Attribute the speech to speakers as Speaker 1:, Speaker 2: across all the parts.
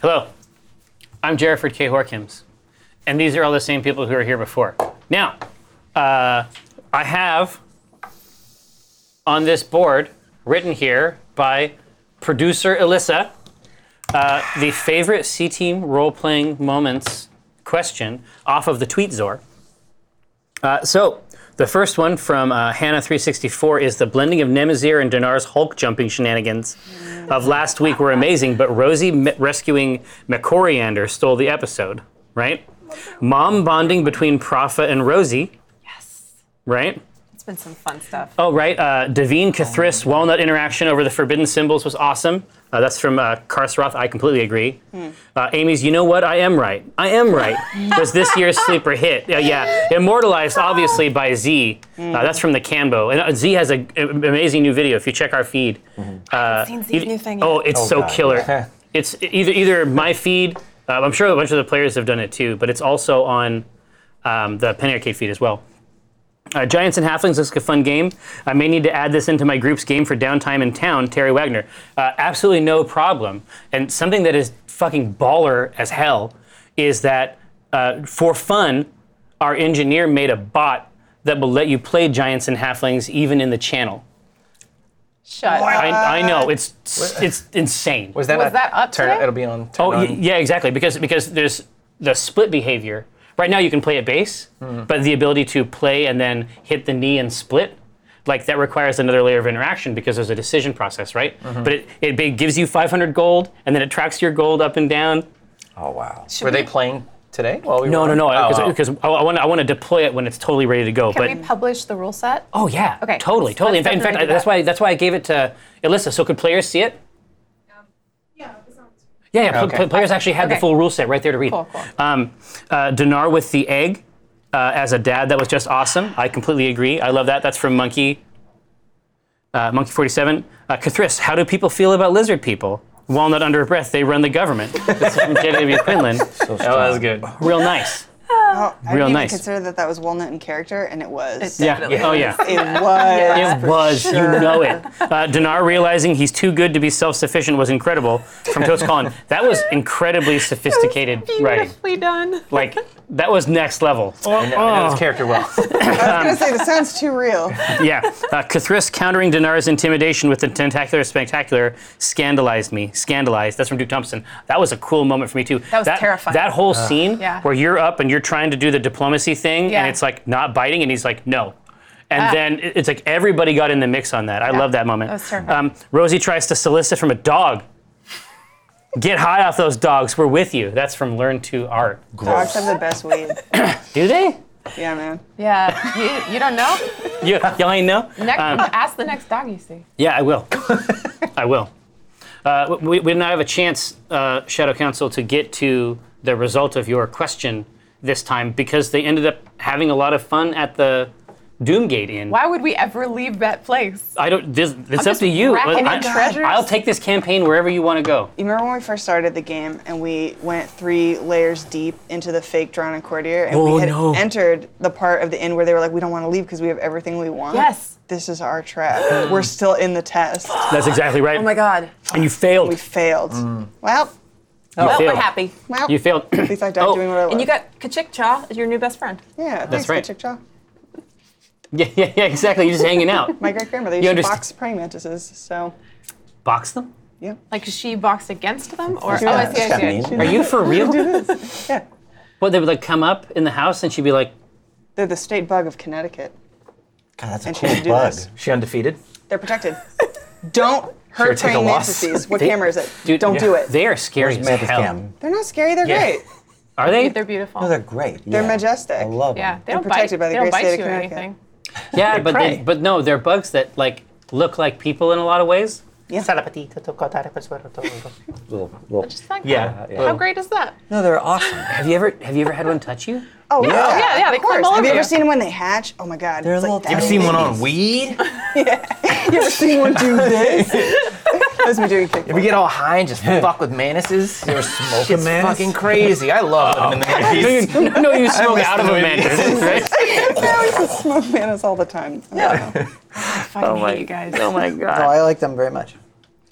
Speaker 1: Hello, I'm Jerriford K. Horkims, and these are all the same people who were here before. Now, uh, I have on this board written here by producer Alyssa uh, the favorite C Team role playing moments question off of the Tweetzor. Uh, so, the first one from uh, Hannah364 is the blending of Nemazir and Dinar's Hulk jumping shenanigans of last week were amazing, but Rosie m- rescuing McCoriander stole the episode, right? Mom bonding between Prophet and Rosie,
Speaker 2: Yes.
Speaker 1: right?
Speaker 2: It's been some fun stuff.
Speaker 1: Oh, right. Uh, Devine Kathris walnut interaction over the forbidden symbols was awesome. Uh, that's from uh, Karsaroth. I completely agree. Uh, Amy's, you know what? I am right. I am right. was this year's sleeper hit? Uh, yeah, immortalized obviously by Z. Uh, that's from the Cambo, and uh, Z has an amazing new video. If you check our feed,
Speaker 2: I've seen Zeke's
Speaker 1: Eith-
Speaker 2: new thing.
Speaker 1: Oh,
Speaker 2: yet.
Speaker 1: it's so
Speaker 3: God.
Speaker 1: killer. it's e-, either either my feed. Uh, I'm sure a bunch of the players have done it too, but it's also on um, the Penny Arcade feed as well. Uh, Giants and Halflings looks like a fun game. I may need to add this into my group's game for downtime in town. Terry Wagner, uh, absolutely no problem. And something that is fucking baller as hell is that uh, for fun, our engineer made a bot that will let you play Giants and Halflings even in the channel.
Speaker 2: Shut up.
Speaker 1: I, I know it's it's insane.
Speaker 3: Uh, Was that,
Speaker 2: Was
Speaker 3: not
Speaker 2: that up
Speaker 3: turn,
Speaker 2: today?
Speaker 3: It'll be on. Turn
Speaker 1: Oh y-
Speaker 3: on.
Speaker 1: yeah, exactly. Because because there's the split behavior. Right now you can play at base,
Speaker 3: Mm-hmm.
Speaker 1: but the ability to play and then hit the knee and split, like that requires another layer of interaction because there's a decision process, right?
Speaker 3: Mm-hmm.
Speaker 1: But it, it ba- gives you 500 gold and then it tracks your gold up and down.
Speaker 3: Oh, wow. were they playing today? While we
Speaker 1: No,
Speaker 3: were
Speaker 1: no,
Speaker 3: on?
Speaker 1: no.
Speaker 3: Oh,
Speaker 1: Because
Speaker 3: wow.
Speaker 1: I want I want to deploy it when it's totally ready to go.
Speaker 2: Can
Speaker 1: but
Speaker 2: we publish the rule set?
Speaker 1: oh yeah,
Speaker 2: Okay,
Speaker 1: totally,
Speaker 2: let's-
Speaker 1: totally.
Speaker 2: let's
Speaker 1: in fact, in fact,
Speaker 2: definitely
Speaker 1: I,
Speaker 2: do
Speaker 1: that's
Speaker 2: that.
Speaker 1: why that's why I gave it to Alyssa. So could players see it? Yeah, yeah. pl-
Speaker 3: Okay.
Speaker 1: pl- players actually had the
Speaker 2: Okay.
Speaker 1: full rule set right there to read.
Speaker 2: Cool, cool.
Speaker 1: Um, uh, Dinar with the egg uh, as a dad, that was just awesome. I completely agree. I love that. That's from Monkey. Uh, Monkey 47. Uh, Kathris, how do people feel about lizard people? Walnut under her breath, they run the government. This is from JW Quinlan.
Speaker 3: Oh, that was good.
Speaker 1: Real nice.
Speaker 4: Oh, I
Speaker 1: Real
Speaker 4: didn't
Speaker 1: nice.
Speaker 4: even consider that that was walnut in character, and it was.
Speaker 2: It
Speaker 1: Yeah.
Speaker 2: Definitely.
Speaker 1: Oh, yeah.
Speaker 4: It
Speaker 1: It was.
Speaker 4: was.
Speaker 1: You know it. Uh, Dinar realizing he's too good to be self sufficient was incredible from Toast Colin. That was incredibly sophisticated writing.
Speaker 2: Beautifully done.
Speaker 1: Like, that was next level.
Speaker 3: And, and his character well.
Speaker 4: I was gonna say this sounds too real.
Speaker 1: yeah. Uh, Kathris countering Dinar's intimidation with the tentacular spectacular scandalized me. Scandalized. That's from Duke Thompson. That was a cool moment for me too. That
Speaker 2: was terrifying.
Speaker 1: That whole scene
Speaker 2: Yeah.
Speaker 1: where you're up and you're trying to do the diplomacy thing
Speaker 2: Yeah.
Speaker 1: and it's like not biting and he's like no. And
Speaker 2: Ah.
Speaker 1: then it- it's like everybody got in the mix on that. I love that moment. Um,
Speaker 2: That was terrifying.
Speaker 1: Rosie tries to solicit from a dog. Get high off those dogs. We're with you. That's from Learn to Art.
Speaker 4: Dogs have the best weed.
Speaker 1: Do they?
Speaker 4: Yeah, man.
Speaker 2: Yeah. You, you don't know?
Speaker 1: You, y'all ain't know?
Speaker 2: Next, ask the next dog you see.
Speaker 1: Yeah, I will. I will. Uh, we, we did not have a chance, uh, Shadow Council, to get to the result of your question this time because they ended up having a lot of fun at the Doomgate Inn.
Speaker 2: Why would we ever leave that place?
Speaker 1: I don't. This, it's up
Speaker 2: just
Speaker 1: to you.
Speaker 2: racking in treasures.
Speaker 1: I'll take this campaign wherever you want to go.
Speaker 4: You remember when we first started the game and we went three layers deep into the fake drawn and courtier and
Speaker 1: Oh,
Speaker 4: we had
Speaker 1: no.
Speaker 4: entered the part of the inn where they were like, we don't want to leave because we have everything we want.
Speaker 2: Yes.
Speaker 4: This is our trap. we're still in the test.
Speaker 1: That's exactly right.
Speaker 2: Oh my God.
Speaker 1: And you failed.
Speaker 4: We failed. Well,
Speaker 2: well,
Speaker 1: failed.
Speaker 2: we're happy.
Speaker 4: well.
Speaker 1: Mm. you failed.
Speaker 4: At least I died
Speaker 1: Oh,
Speaker 4: doing what I love.
Speaker 2: And you got Kachikcha as your new best friend.
Speaker 4: yeah, thanks,
Speaker 1: right.
Speaker 4: Chick Chaw.
Speaker 1: yeah, yeah, yeah, exactly. You're just hanging out.
Speaker 4: My great grandmother used to
Speaker 1: understand-
Speaker 4: box praying mantises, so
Speaker 1: Box them?
Speaker 4: yeah.
Speaker 2: Like she boxed against them, or
Speaker 4: Yeah.
Speaker 2: oh, I see, I see. I see.
Speaker 1: Are you for real?
Speaker 4: Yeah.
Speaker 1: what, they would like come up in the house and she'd be like,
Speaker 4: They're the state bug of Connecticut.
Speaker 5: God, that's a
Speaker 4: And she
Speaker 5: cool
Speaker 4: can do
Speaker 5: bug.
Speaker 4: this.
Speaker 3: She undefeated.
Speaker 4: They're protected. Don't
Speaker 3: Sure,
Speaker 4: hurt
Speaker 3: take a
Speaker 4: praying
Speaker 3: loss.
Speaker 4: mantises. What camera is it? Don't
Speaker 1: yeah,
Speaker 4: do it.
Speaker 1: They are scary
Speaker 5: Where's
Speaker 1: as
Speaker 5: Mantis
Speaker 1: hell.
Speaker 5: Cam?
Speaker 4: They're not scary. They're
Speaker 1: Yeah.
Speaker 4: great.
Speaker 1: Are they?
Speaker 2: They're beautiful.
Speaker 5: Oh, they're great.
Speaker 4: They're
Speaker 5: yeah.
Speaker 4: majestic.
Speaker 5: I love
Speaker 2: yeah,
Speaker 5: them.
Speaker 2: they don't bite.
Speaker 4: protected by the
Speaker 2: they don't
Speaker 4: great
Speaker 2: bite
Speaker 4: state of
Speaker 2: you or
Speaker 4: Connecticut.
Speaker 2: anything.
Speaker 1: Yeah, but they,
Speaker 3: prey.
Speaker 1: but no, they're bugs that like look like people in a lot of ways.
Speaker 5: Little, little-
Speaker 2: Just like
Speaker 3: Yeah.
Speaker 2: that. How great is that?
Speaker 5: No, they're awesome.
Speaker 1: Have you ever have you ever had one touch you?
Speaker 4: Oh yeah,
Speaker 2: yeah, yeah,
Speaker 4: of
Speaker 2: they climb
Speaker 4: course.
Speaker 2: all
Speaker 4: Have
Speaker 2: over
Speaker 4: you ever
Speaker 2: you.
Speaker 4: seen them when they hatch? Oh my God.
Speaker 5: They're
Speaker 4: it's
Speaker 5: little
Speaker 4: like
Speaker 5: tiny
Speaker 4: that.
Speaker 3: on weed?
Speaker 4: You ever seen one do this? That's me doing kickflips.
Speaker 3: We get all high and just fuck with manises. They're
Speaker 5: smoking mantis?
Speaker 3: fucking crazy. I love living in
Speaker 1: No, you,
Speaker 3: the 90s.
Speaker 1: no, you smoke
Speaker 3: missed
Speaker 1: out of
Speaker 3: the
Speaker 1: a
Speaker 3: movie.
Speaker 1: mantis, right?
Speaker 4: I used to smoke manas all the time. oh, Yeah.
Speaker 2: I fucking hate you guys.
Speaker 5: No, I like them very much.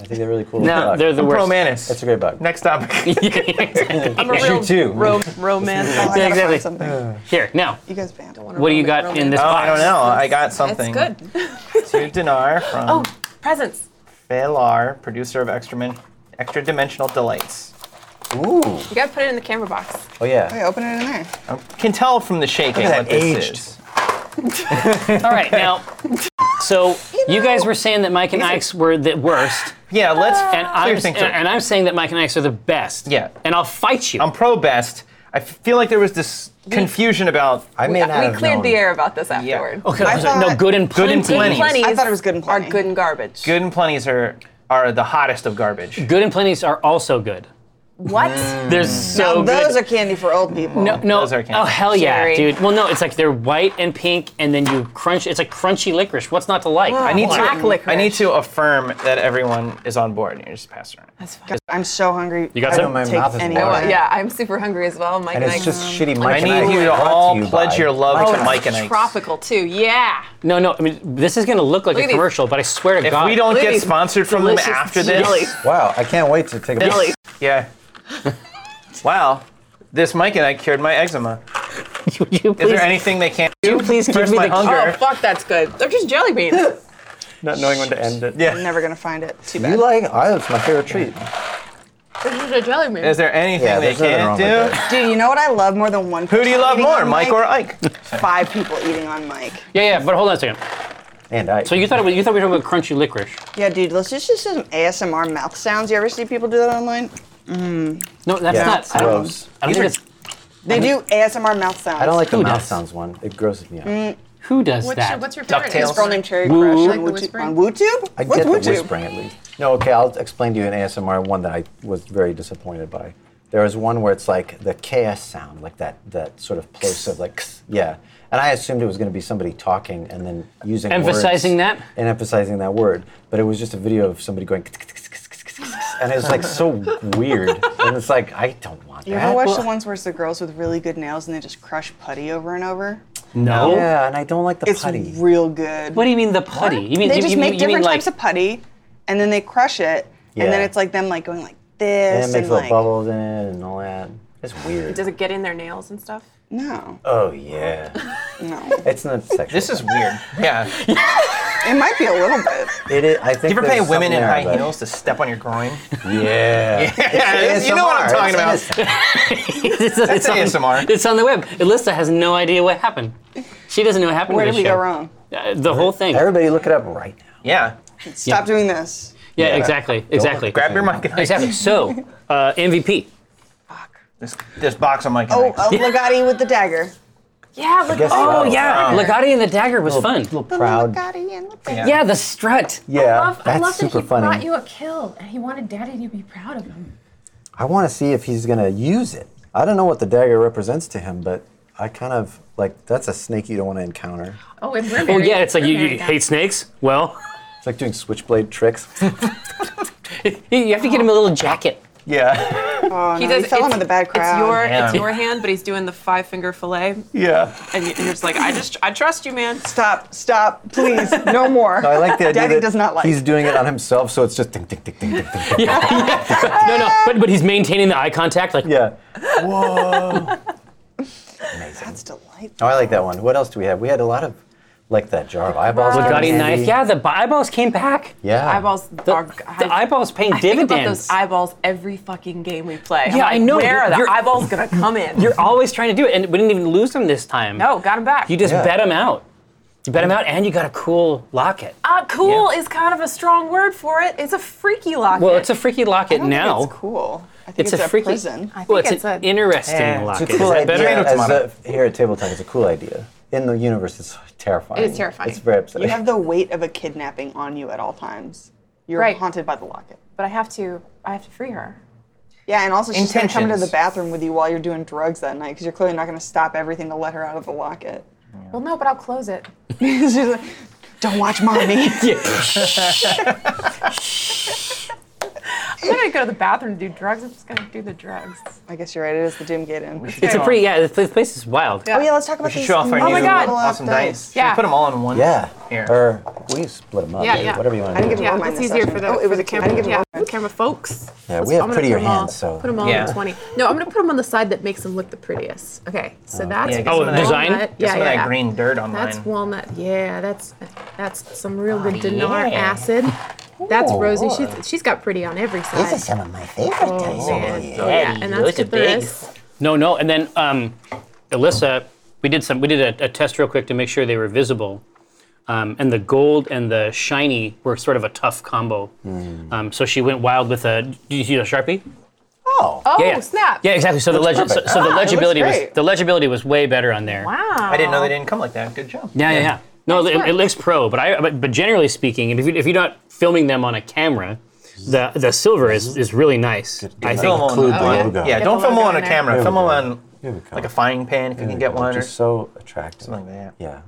Speaker 5: I think they're really cool.
Speaker 1: No,
Speaker 5: Fuck.
Speaker 1: they're the
Speaker 3: I'm pro
Speaker 1: worst.
Speaker 3: menace.
Speaker 5: That's a great bug.
Speaker 3: Next topic.
Speaker 2: I'm a
Speaker 5: You
Speaker 2: real
Speaker 5: too.
Speaker 2: Ro- romance.
Speaker 4: I gotta
Speaker 1: exactly.
Speaker 4: find something.
Speaker 1: Here, now,
Speaker 4: You guys banned.
Speaker 1: what do you got in this
Speaker 3: oh, I
Speaker 1: box?
Speaker 3: don't know. I got
Speaker 2: That's
Speaker 3: something.
Speaker 2: good.
Speaker 3: Two dinar from
Speaker 2: Oh, presents.
Speaker 3: Velar, producer of extra, Min- extra dimensional delights.
Speaker 2: You
Speaker 5: Ooh.
Speaker 2: gotta put it in the camera box.
Speaker 5: Oh
Speaker 4: Hey,
Speaker 5: yeah.
Speaker 4: open it in there.
Speaker 3: I can tell from the shaking
Speaker 5: Look at
Speaker 3: what
Speaker 5: that
Speaker 3: this
Speaker 5: aged.
Speaker 3: is.
Speaker 1: All right, now, so you guys were saying that Mike and Ike's were the worst,
Speaker 3: Yeah, let's
Speaker 4: Ah.
Speaker 1: and I'm,
Speaker 3: clear things
Speaker 1: and,
Speaker 3: up.
Speaker 1: and I'm saying that Mike and Ike's are the best.
Speaker 3: Yeah.
Speaker 1: And I'll fight you.
Speaker 3: I'm pro best. I feel like there was this confusion about
Speaker 5: I may not
Speaker 2: we
Speaker 5: have
Speaker 2: cleared
Speaker 5: known.
Speaker 2: the air about this afterward.
Speaker 1: okay,
Speaker 4: I
Speaker 1: I was like, no,
Speaker 4: thought-
Speaker 1: good and plenty.
Speaker 3: and plenty.
Speaker 2: Plenties
Speaker 4: I thought it was good and
Speaker 2: are
Speaker 4: plenty.
Speaker 2: good and garbage.
Speaker 3: good and plenties are are the hottest of garbage.
Speaker 1: Good and plenties are also good.
Speaker 2: What?
Speaker 1: They're so Oh, good.
Speaker 4: Oh, Those are candy for old people.
Speaker 1: No, no.
Speaker 3: Those are candy.
Speaker 1: oh hell yeah,
Speaker 2: Jerry.
Speaker 1: dude. Well, no, it's like they're white and pink, and then you crunch. It's like crunchy licorice. What's not to like?
Speaker 3: I need
Speaker 2: Black
Speaker 3: to
Speaker 2: licorice.
Speaker 3: I need to affirm that everyone is on board and you just pass it around.
Speaker 2: That's fine.
Speaker 4: I'm so hungry. You
Speaker 1: got
Speaker 4: I
Speaker 1: some?
Speaker 4: don't
Speaker 5: My
Speaker 4: take
Speaker 5: mouth is
Speaker 4: any
Speaker 5: watering.
Speaker 4: of it.
Speaker 2: Oh, Yeah, I'm super hungry as well. Mike
Speaker 5: And
Speaker 2: and
Speaker 5: it's
Speaker 2: I-
Speaker 5: just shitty.
Speaker 4: um,
Speaker 5: Mike
Speaker 3: I
Speaker 5: and
Speaker 3: need you to
Speaker 5: brought
Speaker 3: all
Speaker 5: you
Speaker 3: pledge
Speaker 5: by-
Speaker 3: your love
Speaker 5: Oh,
Speaker 3: to Mike and Ike.
Speaker 2: tropical too. Yeah.
Speaker 1: No, no. I mean, this is gonna look like
Speaker 2: Look at
Speaker 1: a
Speaker 2: these.
Speaker 1: commercial, but I swear to
Speaker 3: If
Speaker 1: God,
Speaker 3: we don't
Speaker 2: Look at
Speaker 3: get
Speaker 2: these
Speaker 3: sponsored from them
Speaker 2: delicious
Speaker 3: after this,
Speaker 2: jelly.
Speaker 5: Wow, I can't wait to take a
Speaker 2: Jelly.
Speaker 3: yeah. Wow, this Mike and Ike cured my eczema.
Speaker 1: would you
Speaker 3: Is
Speaker 1: please,
Speaker 3: there anything they can't do?
Speaker 1: please give
Speaker 3: Where's
Speaker 1: me
Speaker 3: my
Speaker 1: the-
Speaker 2: Oh
Speaker 3: hunger?
Speaker 2: fuck, that's good. They're just jelly beans.
Speaker 6: Not knowing when to end it.
Speaker 4: I'm
Speaker 3: yeah.
Speaker 4: never gonna find it. Too
Speaker 5: You
Speaker 4: bad.
Speaker 5: like? Oh, it's my favorite treat.
Speaker 2: They're just a jelly bean.
Speaker 3: Is there anything
Speaker 5: Yeah,
Speaker 3: they
Speaker 5: there's nothing
Speaker 3: can't
Speaker 5: wrong
Speaker 3: do?
Speaker 5: with that.
Speaker 4: Dude, you know what I love more than one?
Speaker 3: Who do you love more, Mike or Ike?
Speaker 4: Five people eating on Mike.
Speaker 1: Yeah, yeah. But hold on a second.
Speaker 5: And I.
Speaker 1: So you thought it was, you thought we were talking about crunchy licorice?
Speaker 4: Yeah, dude, let's just do some ASMR mouth sounds. You ever see people do that online?
Speaker 1: No, that's
Speaker 5: Yeah,
Speaker 1: not.
Speaker 5: it's
Speaker 1: I don't,
Speaker 5: gross.
Speaker 1: I don't think it's.
Speaker 4: They do ASMR mouth sounds.
Speaker 5: I don't like the
Speaker 1: Who
Speaker 5: mouth
Speaker 1: does?
Speaker 5: sounds one. It grosses me out.
Speaker 1: Who does
Speaker 2: What's your,
Speaker 1: that?
Speaker 2: what's your favorite?
Speaker 3: DuckTales.
Speaker 2: It's from-
Speaker 4: named Cherry Crush
Speaker 1: Woo.
Speaker 4: on,
Speaker 1: Like
Speaker 2: the
Speaker 4: Wootu-
Speaker 2: whispering?
Speaker 4: on WooTube.
Speaker 5: I
Speaker 4: What's
Speaker 5: get the
Speaker 4: WooTube?
Speaker 5: whispering at least. No, okay, I'll explain to you an ASMR one that I was very disappointed by. There was one where it's like the KS sound, like that that sort of plosive, like "Ks," yeah. And I assumed it was going to be somebody talking and then using words
Speaker 1: Emphasizing that?
Speaker 5: and emphasizing that word, but it was just a video of somebody going, "Ks, ks, ks, ks, ks, ks, ks," and it was like so weird. And it's like I don't want
Speaker 4: You ever
Speaker 5: that.
Speaker 4: watch the ones where it's the girls with really good nails and they just crush putty over and over?
Speaker 1: no.
Speaker 5: Yeah, and I don't like the
Speaker 4: It's
Speaker 5: putty.
Speaker 4: real good.
Speaker 1: What do you mean the putty? You mean
Speaker 4: they
Speaker 1: you,
Speaker 4: just
Speaker 1: you,
Speaker 4: make
Speaker 1: you
Speaker 4: different
Speaker 1: mean like
Speaker 4: types of putty, and then they crush it, and then
Speaker 5: Yeah.
Speaker 4: it's like them like going like
Speaker 5: and
Speaker 4: this
Speaker 5: it
Speaker 4: and,
Speaker 5: makes little
Speaker 4: like
Speaker 5: bubbles in it and all that. It's weird.
Speaker 2: Does it get in their nails and stuff?
Speaker 4: no,
Speaker 5: oh yeah,
Speaker 4: no.
Speaker 5: it's not sexual.
Speaker 3: This is weird. Yeah.
Speaker 4: It might be a little bit.
Speaker 5: It is, I think
Speaker 3: You ever
Speaker 5: there's
Speaker 3: pay women
Speaker 5: something
Speaker 3: in
Speaker 5: there,
Speaker 3: high
Speaker 5: but-
Speaker 3: heels to step on your groin?
Speaker 5: Yeah.
Speaker 3: Yeah, you know what I'm talking about.
Speaker 1: it's, it's
Speaker 3: That's
Speaker 1: on,
Speaker 3: ASMR.
Speaker 1: It's on the web. Alyssa has no idea what happened. She doesn't know what happened.
Speaker 4: Where
Speaker 1: to
Speaker 4: did
Speaker 1: this
Speaker 4: we go
Speaker 1: show.
Speaker 4: wrong?
Speaker 1: Uh, the whole thing. Yeah,
Speaker 5: Everybody look it up right now.
Speaker 3: Yeah.
Speaker 4: Stop doing this.
Speaker 1: exactly, exactly,
Speaker 3: Grab your mic and Ike.
Speaker 1: exactly. So, uh, MVP.
Speaker 3: This, this box on Mike and
Speaker 4: Oh,
Speaker 3: Ike.
Speaker 4: uh, Legati with the dagger.
Speaker 2: Yeah, look at
Speaker 5: Oh,
Speaker 1: yeah, Legati and the Dagger was fun.
Speaker 5: Proud.
Speaker 4: Legati and the dagger.
Speaker 1: Yeah, the strut.
Speaker 5: Yeah,
Speaker 7: I love,
Speaker 5: that's
Speaker 7: I love
Speaker 5: super
Speaker 7: that he
Speaker 5: funny.
Speaker 7: brought you a kill, and he wanted Daddy to be proud of him.
Speaker 5: I want to see if he's going to use it. I don't know what the dagger represents to him, but I kind of like that's a snake you don't want to encounter.
Speaker 7: Oh, and we're
Speaker 1: Oh
Speaker 7: married.
Speaker 1: yeah, it's like
Speaker 7: We're
Speaker 1: you, you
Speaker 7: married now.
Speaker 1: hate snakes. Well,
Speaker 5: It's like doing switchblade tricks.
Speaker 1: you have to get him a little jacket.
Speaker 3: Yeah.
Speaker 4: Oh, no, he fell in
Speaker 2: it's-
Speaker 4: with the bad crowd.
Speaker 2: It's your,
Speaker 3: Yeah.
Speaker 2: it's your hand, but he's doing the five finger fillet,
Speaker 3: Yeah.
Speaker 2: and you- you're just like, I just, I trust you, man.
Speaker 4: Stop, stop, please, no more.
Speaker 5: I like the idea
Speaker 4: Daddy
Speaker 5: that
Speaker 4: does not like.
Speaker 5: he's doing it on himself, so it's just ding, ding, ding, ding, ding, ding. ding.
Speaker 1: No, no, but but he's maintaining the eye contact. Like,
Speaker 5: yeah. Whoa.
Speaker 4: That's delightful.
Speaker 5: Oh, I like that one. What else do we have? We had a lot of like that jar of eyeballs.
Speaker 1: Legati
Speaker 5: coming in
Speaker 1: knife.
Speaker 5: handy.
Speaker 1: Yeah, the eyeballs came back.
Speaker 5: Yeah.
Speaker 2: Eyeballs
Speaker 1: Ah, The,
Speaker 2: are.
Speaker 1: the eyeballs paying
Speaker 2: I think
Speaker 1: dividends.
Speaker 2: about those eyeballs every fucking game we play. I'm
Speaker 1: Yeah, I
Speaker 2: like,
Speaker 1: know.
Speaker 2: Where are the
Speaker 1: You're-
Speaker 2: eyeballs gonna come in?
Speaker 1: You're always trying to do it, and we didn't even lose them this time.
Speaker 2: No, got him back.
Speaker 1: you just
Speaker 5: Yeah.
Speaker 1: bet them out. You bet them out, and you got a cool locket.
Speaker 2: Uh, cool is kind of a strong word for it. It's a freaky locket.
Speaker 1: Well, it's a freaky
Speaker 4: I
Speaker 1: locket
Speaker 4: don't think
Speaker 1: now.
Speaker 4: it's cool. I think
Speaker 1: It's
Speaker 4: it's,
Speaker 1: a
Speaker 4: a,
Speaker 1: freaky-
Speaker 4: prison.
Speaker 2: I think
Speaker 1: Well, it's,
Speaker 2: it's
Speaker 1: an
Speaker 2: a.
Speaker 1: interesting
Speaker 3: Yeah, it's a
Speaker 1: locket.
Speaker 5: It's a cool
Speaker 1: Is that better?
Speaker 5: idea.
Speaker 3: Tomato,
Speaker 5: As
Speaker 3: tomato.
Speaker 5: a, here at Table Talk, it's a cool idea. In the universe, it's terrifying.
Speaker 7: It is terrifying.
Speaker 5: It's very upsetting.
Speaker 4: You have the weight of a kidnapping on you at all times. You're
Speaker 2: Right.
Speaker 4: haunted by the locket.
Speaker 2: but I have to, I have to free her.
Speaker 4: Yeah, and also she's gonna come into the
Speaker 3: Intentions.
Speaker 4: bathroom with you while you're doing drugs that night because you're clearly not gonna stop everything to let her out of the locket.
Speaker 7: Well, no, but I'll close it.
Speaker 4: she's like, "Don't watch mommy."
Speaker 2: I'm not gonna go to the bathroom to do drugs. I'm just gonna do the drugs.
Speaker 4: I guess you're right. It is the Doom Gate Inn.
Speaker 1: It's a pretty, yeah, this place- place is wild.
Speaker 4: Oh yeah, let's talk about
Speaker 3: Should
Speaker 4: these.
Speaker 3: show off our
Speaker 4: new
Speaker 3: new
Speaker 2: Oh my God.
Speaker 4: level up
Speaker 3: awesome dice.
Speaker 2: Yeah.
Speaker 3: Should we put them all in one?
Speaker 5: Yeah.
Speaker 3: Here.
Speaker 5: Or we split them up.
Speaker 2: Yeah,
Speaker 5: Yeah,
Speaker 2: yeah.
Speaker 5: Whatever you want
Speaker 4: I
Speaker 5: to
Speaker 4: didn't
Speaker 5: do.
Speaker 4: give
Speaker 2: Yeah,
Speaker 4: mine
Speaker 2: it's
Speaker 4: this
Speaker 2: easier
Speaker 4: time.
Speaker 2: for the,
Speaker 4: Oh, it was
Speaker 2: for
Speaker 4: a
Speaker 2: the camera.
Speaker 4: I didn't give
Speaker 2: yeah,
Speaker 4: one.
Speaker 2: for the camera folks.
Speaker 5: Yeah,
Speaker 2: Let's-
Speaker 5: we have
Speaker 2: I'm gonna
Speaker 5: prettier
Speaker 2: put 'em all-
Speaker 5: hands, so-
Speaker 2: put them all
Speaker 3: Yeah.
Speaker 2: on the twenty. No, I'm gonna put them on the side that makes them look the prettiest. Okay,
Speaker 1: Uh,
Speaker 2: so that's
Speaker 3: Yeah, get
Speaker 1: some of that- design?
Speaker 2: walnut.
Speaker 3: Get
Speaker 2: Yeah,
Speaker 3: some
Speaker 2: yeah,
Speaker 3: of that
Speaker 2: yeah.
Speaker 3: green dirt on
Speaker 7: That's
Speaker 3: mine.
Speaker 7: walnut. Yeah, that's that's some real good dinar
Speaker 3: yeah.
Speaker 7: acid. That's
Speaker 5: Ooh,
Speaker 7: Rosie.
Speaker 5: Lord.
Speaker 7: She's she's got pretty on every side. Oh,
Speaker 5: These are some of my favorite
Speaker 2: Oh,
Speaker 5: dice over here.
Speaker 7: yeah, and that's
Speaker 1: those are
Speaker 7: good for
Speaker 1: big.
Speaker 7: us.
Speaker 1: No, no, and then um, Alyssa, we did some, we did a, a test real quick to make sure they were visible, um, and the gold and the shiny were sort of a tough combo. Um, so she went wild with a. Do you see the sharpie?
Speaker 5: Oh.
Speaker 2: Oh
Speaker 1: yeah.
Speaker 2: snap!
Speaker 1: Yeah, exactly. So the legi- so,
Speaker 5: perfect.
Speaker 1: so the legibility was
Speaker 4: great.
Speaker 1: the legibility was way better on there.
Speaker 7: Wow.
Speaker 3: I didn't know they didn't come like that. Good job.
Speaker 1: Yeah, yeah, yeah. No, it,
Speaker 7: work.
Speaker 1: it looks pro, but I but, but generally speaking, if you if you're not filming them on a camera, the the silver is, is really nice. I
Speaker 5: Didn't
Speaker 1: think.
Speaker 3: Film on-
Speaker 5: include the
Speaker 3: oh, yeah.
Speaker 5: logo.
Speaker 3: Yeah,
Speaker 5: Get
Speaker 3: don't
Speaker 7: the
Speaker 3: film
Speaker 7: logo
Speaker 3: on a
Speaker 7: in there.
Speaker 3: camera.
Speaker 5: Here
Speaker 3: Film
Speaker 5: we go.
Speaker 3: on
Speaker 5: Here we go.
Speaker 3: like a frying pan if you can get one. Or
Speaker 5: Just so attractive.
Speaker 3: something like that.
Speaker 5: Yeah.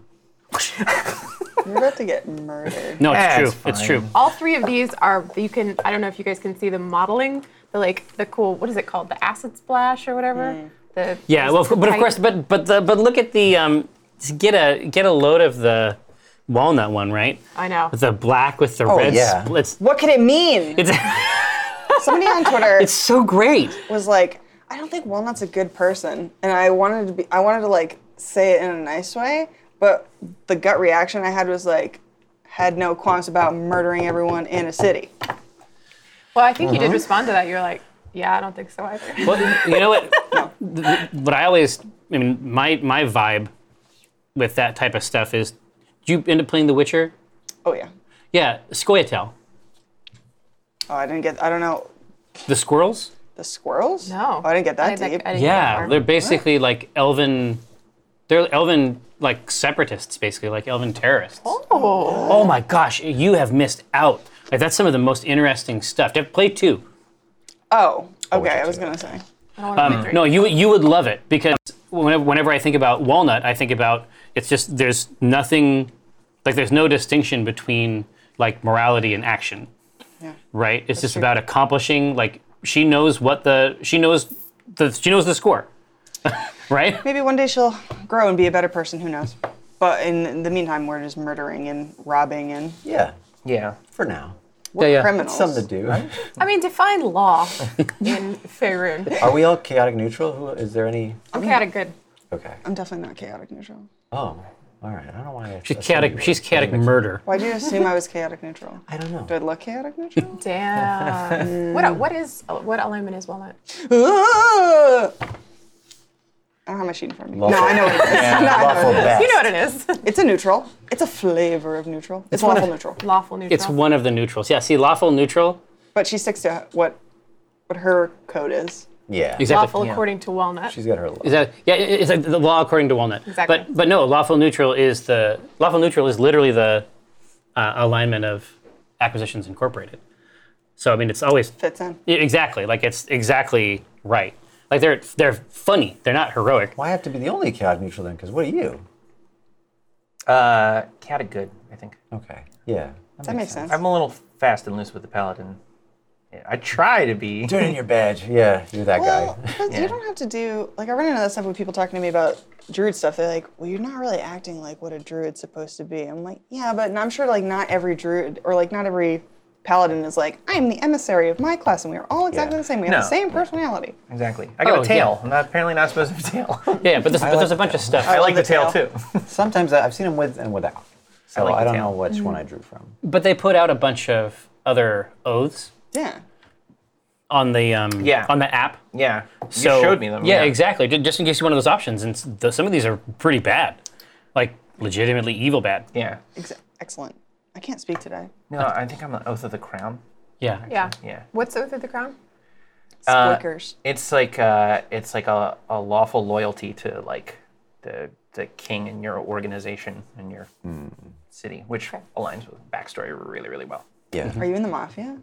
Speaker 4: You're about to get murdered.
Speaker 1: No, it's
Speaker 3: Yeah,
Speaker 1: true.
Speaker 3: it's
Speaker 1: It's,
Speaker 3: fine.
Speaker 1: true.
Speaker 2: All three of these are you can. I don't know if you guys can see the modeling. The like the cool. What is it called? The acid splash or whatever.
Speaker 7: Hmm.
Speaker 2: The
Speaker 1: Yeah, well, of cou- but of course, but but the, but look at the um, just get a get a load of the walnut one, right?
Speaker 2: I know.
Speaker 1: With the black with the red
Speaker 5: yeah.
Speaker 1: splits.
Speaker 4: What could it mean?
Speaker 1: It's
Speaker 4: Somebody on Twitter
Speaker 1: it's so great.
Speaker 4: was like, I don't think Walnut's a good person, and I wanted to be, I wanted to like say it in a nice way, but the gut reaction I had was like, had no qualms about murdering everyone in a city.
Speaker 2: Well, I think you did respond to that. You're like, yeah, I don't think so either.
Speaker 1: Uh-huh. Well, you know what? But I always, I mean, my my vibe with that type of stuff is, do you end up playing The Witcher?
Speaker 4: Oh yeah.
Speaker 1: Yeah, Scoia'tael,
Speaker 4: Oh, I didn't get. I don't know
Speaker 1: the squirrels.
Speaker 4: the squirrels.
Speaker 2: No.
Speaker 4: Oh, I didn't get that
Speaker 2: I
Speaker 4: deep.
Speaker 2: didn't- I didn't get that
Speaker 1: Yeah,
Speaker 2: far.
Speaker 1: they're basically like elven. They're elven like separatists, basically like elven terrorists. Oh. my gosh, you have missed out. Like that's some of the most interesting stuff. Def- Play two.
Speaker 4: oh, okay. I was gonna say.
Speaker 1: Um, no, you you would love it because whenever, whenever I think about walnut, I think about it's just there's nothing like there's no distinction between like morality and action,
Speaker 4: Yeah.
Speaker 1: right? It's just about accomplishing. Like she knows what the she knows the she knows the score, right?
Speaker 4: Maybe one day she'll grow and be a better person. Who knows? But in the meantime, we're just murdering and robbing and
Speaker 5: Yeah.
Speaker 3: Yeah.
Speaker 5: For now.
Speaker 1: Yeah, yeah.
Speaker 4: criminals.
Speaker 5: Something to do.
Speaker 2: I mean, define law in Faerun.
Speaker 5: Are we all chaotic neutral? Who is there any?
Speaker 2: I'm kind of good.
Speaker 5: Okay.
Speaker 4: I'm definitely not chaotic neutral.
Speaker 5: Oh, all right. I don't know why. I
Speaker 1: She's chaotic. She's chaotic murder.
Speaker 4: Why'd you assume I was chaotic neutral?
Speaker 5: I don't know.
Speaker 4: Do I look chaotic neutral?
Speaker 2: Damn. what what is what alignment is walnut?
Speaker 4: Ah! I don't have my sheet in front of me.
Speaker 5: Lawful.
Speaker 4: No, I know what it is. No, I know what it
Speaker 5: Lawful
Speaker 4: is.
Speaker 5: best.
Speaker 2: You know what it is.
Speaker 4: It's a neutral. It's a flavor of neutral. It's,
Speaker 1: one
Speaker 4: lawful
Speaker 1: of-
Speaker 4: neutral.
Speaker 2: Lawful neutral.
Speaker 1: It's one of the neutrals. Yeah. See, lawful neutral.
Speaker 4: But she sticks to what what her code is.
Speaker 5: Yeah.
Speaker 1: Exactly.
Speaker 2: lawful according to walnut.
Speaker 5: She's got her.
Speaker 1: Is that yeah? it- It's like the law according to Walnut.
Speaker 2: Exactly.
Speaker 1: But but no, lawful neutral is the lawful neutral is literally the uh, alignment of acquisitions incorporated. So I mean, it's always
Speaker 4: Fits in.
Speaker 1: yeah, exactly like it's exactly right. Like they're they're funny. They're not heroic.
Speaker 5: Why have to be the only chaotic neutral then? Because what are you?
Speaker 3: Uh, cat a good, I think.
Speaker 5: Okay. Yeah.
Speaker 4: That makes sense.
Speaker 3: I'm a little fast and loose with the paladin. Yeah, I try to be.
Speaker 5: Turn in your badge. Yeah, you're that
Speaker 4: Well,
Speaker 5: guy.
Speaker 4: but you don't have to do like I run into that stuff with people talking to me about druid stuff. They're like, "Well, you're not really acting like what a druid's supposed to be." I'm like, "Yeah, but I'm sure like not every druid or like not every paladin is like I'm the emissary of my class and we are all exactly
Speaker 5: Yeah.
Speaker 4: the same. We have the
Speaker 3: No.
Speaker 4: same personality."
Speaker 3: Exactly. I got
Speaker 1: Oh,
Speaker 3: a tail.
Speaker 1: yeah.
Speaker 3: I'm not, apparently not supposed to have a tail.
Speaker 1: Yeah, but there's, but there's a bunch of stuff.
Speaker 3: I like the,
Speaker 4: the
Speaker 3: tail,
Speaker 4: tail.
Speaker 3: too.
Speaker 5: Sometimes I- I've seen him with and without. So I,
Speaker 3: like the
Speaker 5: don't
Speaker 3: tail.
Speaker 5: know which one I drew from.
Speaker 1: But they put out a bunch of other oaths
Speaker 4: Yeah.
Speaker 1: on the um,
Speaker 3: Yeah.
Speaker 1: on the app.
Speaker 3: yeah.
Speaker 1: So,
Speaker 3: you showed me them.
Speaker 1: Yeah, exactly. ju- Just in case you wanted those options, and s- the, some of these are pretty bad, like legitimately evil bad.
Speaker 3: Yeah.
Speaker 4: Ex- excellent. I can't speak today.
Speaker 3: No, I think I'm the Oath of the Crown.
Speaker 1: Yeah.
Speaker 2: yeah.
Speaker 3: Yeah.
Speaker 2: What's oath of the crown?
Speaker 1: Uh,
Speaker 4: Squeakers.
Speaker 3: It's like uh, it's like a, a lawful loyalty to like the the king in your organization and your
Speaker 5: Hmm.
Speaker 3: city, which aligns with backstory really really well.
Speaker 5: Yeah.
Speaker 3: Mm-hmm.
Speaker 4: are you in the mafia?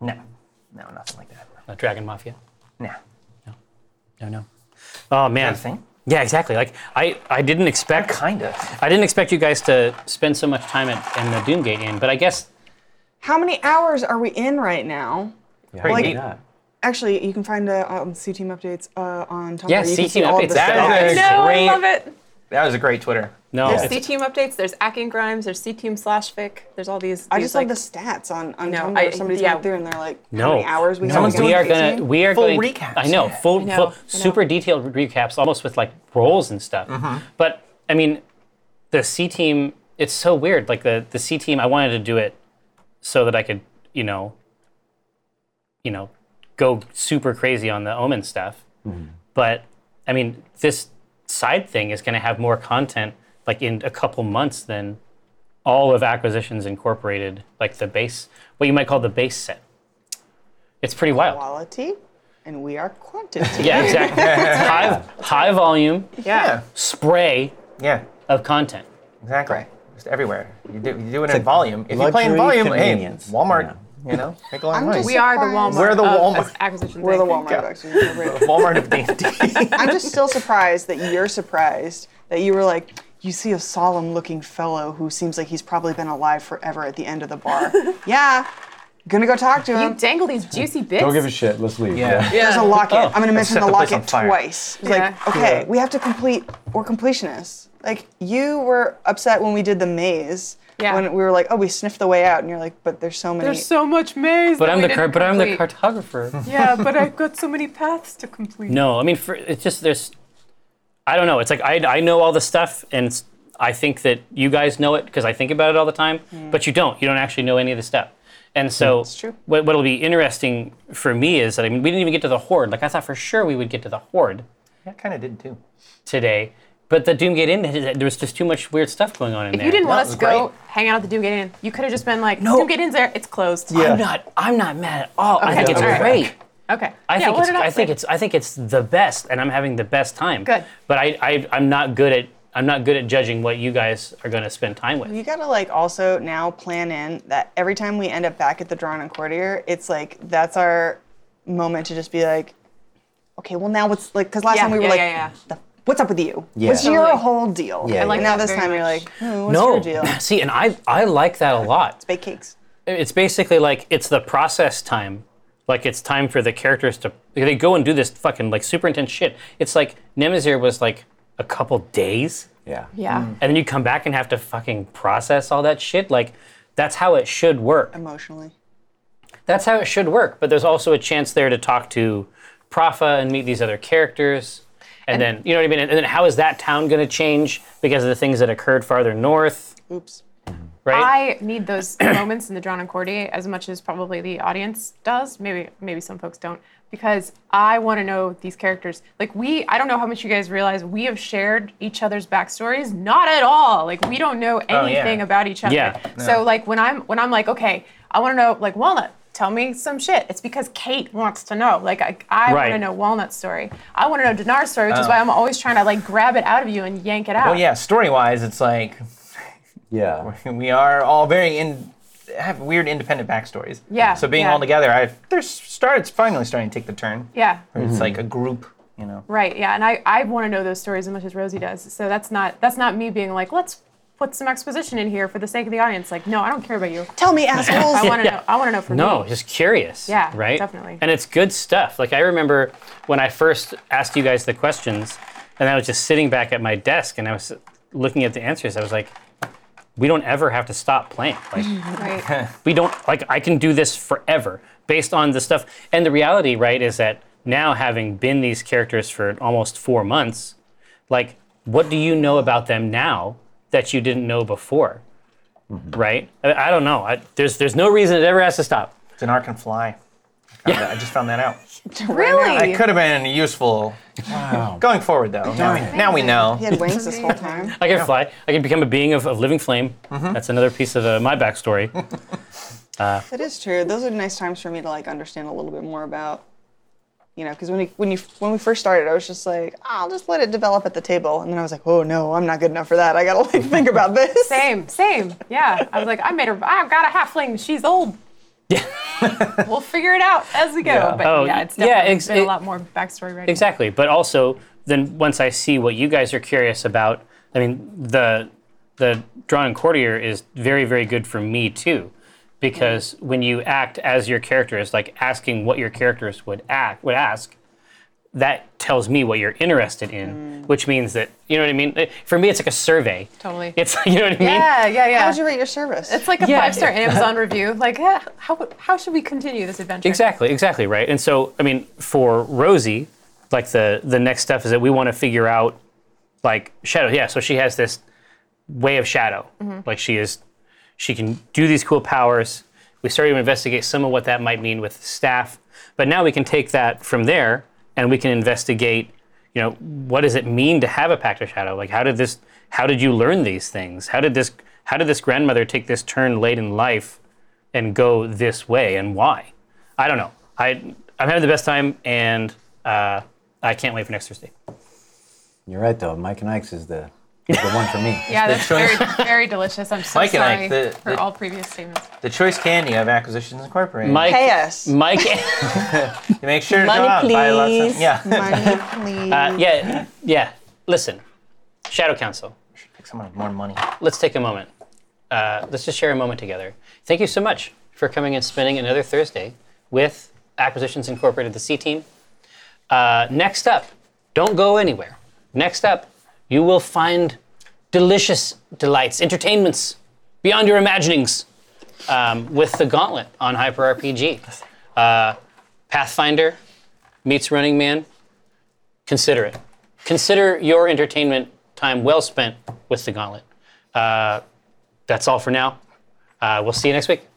Speaker 3: No, no, nothing like that.
Speaker 1: Uh, Dragon Mafia.
Speaker 3: No,
Speaker 1: No, no. Oh man.
Speaker 3: nothing.
Speaker 1: Yeah, exactly. Like I, I didn't expect
Speaker 3: Kind of.
Speaker 1: I didn't expect you guys to spend so much time at in the Doomgate Inn, but I guess
Speaker 4: How many hours are we in right now?
Speaker 3: Pretty
Speaker 4: Like-
Speaker 3: neat.
Speaker 5: not?
Speaker 4: Actually, you can find uh, um, C Team updates uh, on Tumblr.
Speaker 1: Yeah,
Speaker 4: you
Speaker 1: C
Speaker 4: can see
Speaker 1: Team
Speaker 4: all
Speaker 1: updates.
Speaker 4: the
Speaker 1: That
Speaker 4: stats.
Speaker 3: is
Speaker 2: No, I
Speaker 3: Great.
Speaker 2: love it.
Speaker 3: That was a great Twitter.
Speaker 1: No,
Speaker 2: There's
Speaker 1: it's-
Speaker 2: C Team updates. There's Acting Grimes. There's C Team slash fic. There's all these.
Speaker 4: I
Speaker 2: these,
Speaker 4: just
Speaker 2: like,
Speaker 4: love the stats on, on
Speaker 2: No,
Speaker 4: Tumblr.
Speaker 2: I-
Speaker 4: Somebody's
Speaker 2: yeah.
Speaker 4: gone through and they're like,
Speaker 1: no
Speaker 4: how many hours we
Speaker 1: no,
Speaker 4: have?
Speaker 1: we are
Speaker 4: against
Speaker 1: gonna
Speaker 4: 18?
Speaker 1: we are
Speaker 3: Full
Speaker 1: going
Speaker 3: recaps,
Speaker 1: I know
Speaker 3: yeah.
Speaker 1: full,
Speaker 2: know,
Speaker 1: full
Speaker 2: I know.
Speaker 1: super detailed recaps, almost with like roles and stuff.
Speaker 3: Mm-hmm.
Speaker 1: But I mean, the C team. It's so weird. Like the the C team. I wanted to do it so that I could you know you know go super crazy on the Omen stuff. But I mean, this side thing is going to have more content like in a couple months than all of acquisitions incorporated like the base what you might call the base set it's pretty wild
Speaker 4: quality and we are quantity.
Speaker 1: yeah, exactly. high, high volume
Speaker 3: Yeah.
Speaker 1: spray
Speaker 3: Yeah.
Speaker 1: of content.
Speaker 3: Exactly. Just everywhere. You do, you do it in volume. If you
Speaker 5: luxury
Speaker 3: play in volume, hey,
Speaker 5: convenience.
Speaker 3: Walmart, you know, make a lot of
Speaker 4: I'm
Speaker 3: money.
Speaker 4: just-
Speaker 2: We are the
Speaker 4: Surprise.
Speaker 2: Walmart.
Speaker 3: We're the
Speaker 2: of
Speaker 3: Walmart.
Speaker 2: Acquisition
Speaker 4: We're the
Speaker 2: banking.
Speaker 4: Walmart dogs. we remember it.
Speaker 3: Walmart of D&D.
Speaker 4: I'm just still surprised that you're surprised that you were like, you see a solemn looking fellow who seems like he's probably been alive forever at the end of the bar. yeah, gonna go talk to
Speaker 2: You
Speaker 4: him.
Speaker 2: dangle these juicy bits.
Speaker 5: Don't give a shit. Let's leave.
Speaker 3: Yeah.
Speaker 4: There's a locket. I'm gonna
Speaker 3: Let's
Speaker 4: mention
Speaker 3: Oh, set
Speaker 4: the
Speaker 3: the place on
Speaker 4: locket
Speaker 3: fire.
Speaker 4: twice. It's
Speaker 2: Yeah.
Speaker 4: like, okay, we have to complete, we're completionists. Like, you were upset when we did the maze.
Speaker 2: Yeah.
Speaker 4: When we were like, oh, we sniffed the way out. And you're like, but there's so many.
Speaker 2: There's so much maze.
Speaker 1: But
Speaker 2: that
Speaker 1: I'm
Speaker 2: we
Speaker 1: the car-
Speaker 2: didn't
Speaker 1: but I'm the
Speaker 2: complete.
Speaker 1: cartographer.
Speaker 2: Yeah, but I've got so many paths to complete.
Speaker 1: No, I mean for, it's just there's I don't know. It's like I I know all the stuff and it's- I think that you guys know it because I think about it all the time, but you don't. You don't actually know any of the stuff. And so
Speaker 4: true.
Speaker 1: what what'll be interesting for me is that I mean we didn't even get to the horde. Like I thought for sure we would get to the horde
Speaker 3: I kind of did too.
Speaker 1: today. But the Doomgate Inn, there was just too much weird stuff going on in there.
Speaker 2: You didn't want us
Speaker 3: was
Speaker 2: to go
Speaker 3: great.
Speaker 2: hang out at the Doomgate Inn. You could have just been like,
Speaker 1: No.
Speaker 2: Doomgate Inn's there. It's closed.
Speaker 1: I'm not. I'm not mad at all. I think it's
Speaker 2: all right.
Speaker 1: great.
Speaker 2: Okay.
Speaker 1: I
Speaker 2: Yeah,
Speaker 1: think
Speaker 2: well,
Speaker 1: it's,
Speaker 2: they're not
Speaker 1: I think
Speaker 2: great.
Speaker 1: it's I think it's the best, and I'm having the best time.
Speaker 2: Good.
Speaker 1: But I, I I'm not good at I'm not good at judging what you guys are going to spend time with.
Speaker 4: You gotta like also now plan in that every time we end up back at the Drawn and Courtier, it's like that's our moment to just be like, okay, well now what's like? Because last
Speaker 2: Yeah,
Speaker 4: time we were
Speaker 2: yeah,
Speaker 4: like,
Speaker 2: yeah, yeah.
Speaker 4: The, what's up with you?
Speaker 5: Yeah.
Speaker 4: What's your
Speaker 2: Totally.
Speaker 4: whole deal?
Speaker 5: Yeah, I like
Speaker 4: and now
Speaker 2: that
Speaker 4: this
Speaker 2: very
Speaker 4: time you're
Speaker 2: much.
Speaker 4: like, hmm, what's
Speaker 1: no,
Speaker 4: your deal?
Speaker 1: see, and I I like that a lot.
Speaker 4: Bake cakes.
Speaker 1: It's basically like it's the process time, like it's time for the characters to they go and do this fucking like super intense shit. It's like Nemazir was like a couple days.
Speaker 5: Yeah.
Speaker 2: Yeah.
Speaker 1: and then you come back and have to fucking process all that shit. Like, that's how it should work.
Speaker 4: Emotionally.
Speaker 1: That's how it should work. But there's also a chance there to talk to Profa and meet these other characters. And, then, you know what I mean? And, and then how is that town going to change because of the things that occurred farther north,
Speaker 4: Oops.
Speaker 1: right?
Speaker 2: I need those moments in the Drawn and Cordy as much as probably the audience does. Maybe maybe some folks don't because I want to know these characters. Like we, I don't know how much you guys realize we have shared each other's backstories. Not at all. Like we don't know
Speaker 3: yeah.
Speaker 2: anything about each other.
Speaker 1: Oh, Yeah.
Speaker 2: So like when I'm when I'm like okay, I want to know like Walnut. Tell me some shit. It's because Kate wants to know. Like I, I want
Speaker 1: Right. Oh.
Speaker 2: to know Walnut's story. I want to know Dinar's story, which is why I'm always trying to like grab it out of you and yank it out.
Speaker 3: Well, yeah, story wise, it's like
Speaker 5: Yeah.
Speaker 3: we are all very in have weird independent backstories.
Speaker 2: Yeah,
Speaker 3: So being
Speaker 2: yeah.
Speaker 3: all together, I there's start it's finally starting to take the turn.
Speaker 2: Yeah.
Speaker 1: Mm.
Speaker 3: Where It's like a group, you know.
Speaker 2: Right. Yeah. And I, I want to know those stories as much as Rosie does. So that's not that's not me being like, let's put some exposition in here for the sake of the audience. Like, no, I don't care about you.
Speaker 4: Tell me, assholes.
Speaker 2: I want to know. I want to know for
Speaker 1: No,
Speaker 2: me.
Speaker 1: just curious.
Speaker 2: Yeah,
Speaker 1: right.
Speaker 2: definitely.
Speaker 1: And it's good stuff. Like I remember when I first asked you guys the questions, and I was just sitting back at my desk and I was looking at the answers. I was like, we don't ever have to stop playing. Like
Speaker 2: Right.
Speaker 1: we don't like I can do this forever based on the stuff. And the reality, right, is that now having been these characters for almost four months, like what do you know about them now that you didn't know before? Right? I, I don't know. I, there's there's no reason it ever has to stop.
Speaker 3: It's an arc and fly. I, found that- I just found that out.
Speaker 2: really?
Speaker 3: It could have been useful. Going forward, though, now, we- now we know.
Speaker 4: He had wings this whole time.
Speaker 1: I can fly. I can become a being of, of living flame. That's another piece of uh, my backstory.
Speaker 4: That is true. Those are nice times for me to like understand a little bit more about, you know, because when you, when you when we first started, I was just like, I'll just let it develop at the table, and then I was like, oh no, I'm not good enough for that. I gotta like think about this.
Speaker 2: Same. Same. Yeah. I was like, I made her. I've got a halfling. She's old. Yeah. we'll figure it out as we go. But
Speaker 1: Oh,
Speaker 2: yeah, it's
Speaker 1: yeah,
Speaker 2: definitely
Speaker 1: ex-
Speaker 2: been
Speaker 1: it-
Speaker 2: a lot more backstory ready.
Speaker 1: Exactly. But also, then once I see what you guys are curious about, I mean, the the drawn courtier is very, very good for me too, because when you act as your characters, like asking what your characters would act would ask, that tells me what you're interested in,
Speaker 2: Mm.
Speaker 1: which means that you know what I mean. Eh, For me, it's like a survey.
Speaker 2: Totally.
Speaker 1: It's you know what I mean.
Speaker 2: Yeah, yeah, yeah.
Speaker 4: How would you rate your service?
Speaker 2: it's like a
Speaker 1: Yeah.
Speaker 2: five star Amazon review. Like, eh, how, how should we continue this adventure?
Speaker 1: Exactly, exactly, right. And so, I mean, for Rosie, like the the next step is that we want to figure out like shadow. Yeah, so she has this way of shadow. Like she is she can do these cool powers. We started to investigate some of what that might mean with staff, but now we can take that from there and we can investigate, you know, what does it mean to have a pact of shadow? Like how did this how did you learn these things? How did this how did this grandmother take this turn late in life and go this way and why? I don't know. I I'm having the best time and uh, I can't wait for next Thursday.
Speaker 5: You're right, though. Mike and Ike's is the, is the one for me.
Speaker 2: Yeah, that's very, very delicious. I'm so
Speaker 3: Mike and
Speaker 2: sorry
Speaker 3: Ike, the-
Speaker 2: for
Speaker 3: the-
Speaker 2: all previous statements.
Speaker 3: The choice candy of Acquisitions Incorporated.
Speaker 1: Mike,
Speaker 4: Pay us.
Speaker 1: Mike,
Speaker 3: You make sure to go
Speaker 7: Money,
Speaker 3: out and buy lots of.
Speaker 7: please.
Speaker 3: Yeah.
Speaker 4: Money, please.
Speaker 1: uh, yeah, yeah. Listen, Shadow Council.
Speaker 3: Pick someone with more money.
Speaker 1: Let's take a moment. Uh, let's just share a moment together. Thank you so much for coming and spending another Thursday with Acquisitions Incorporated, the C Team. Uh, next up, don't go anywhere. Next up, you will find delicious delights, entertainments beyond your imaginings um, with the Gauntlet on Hyper RPG. Uh, Pathfinder meets Running Man. Consider it. Consider your entertainment time well spent with the Gauntlet. Uh, that's all for now. Uh, we'll see you next week.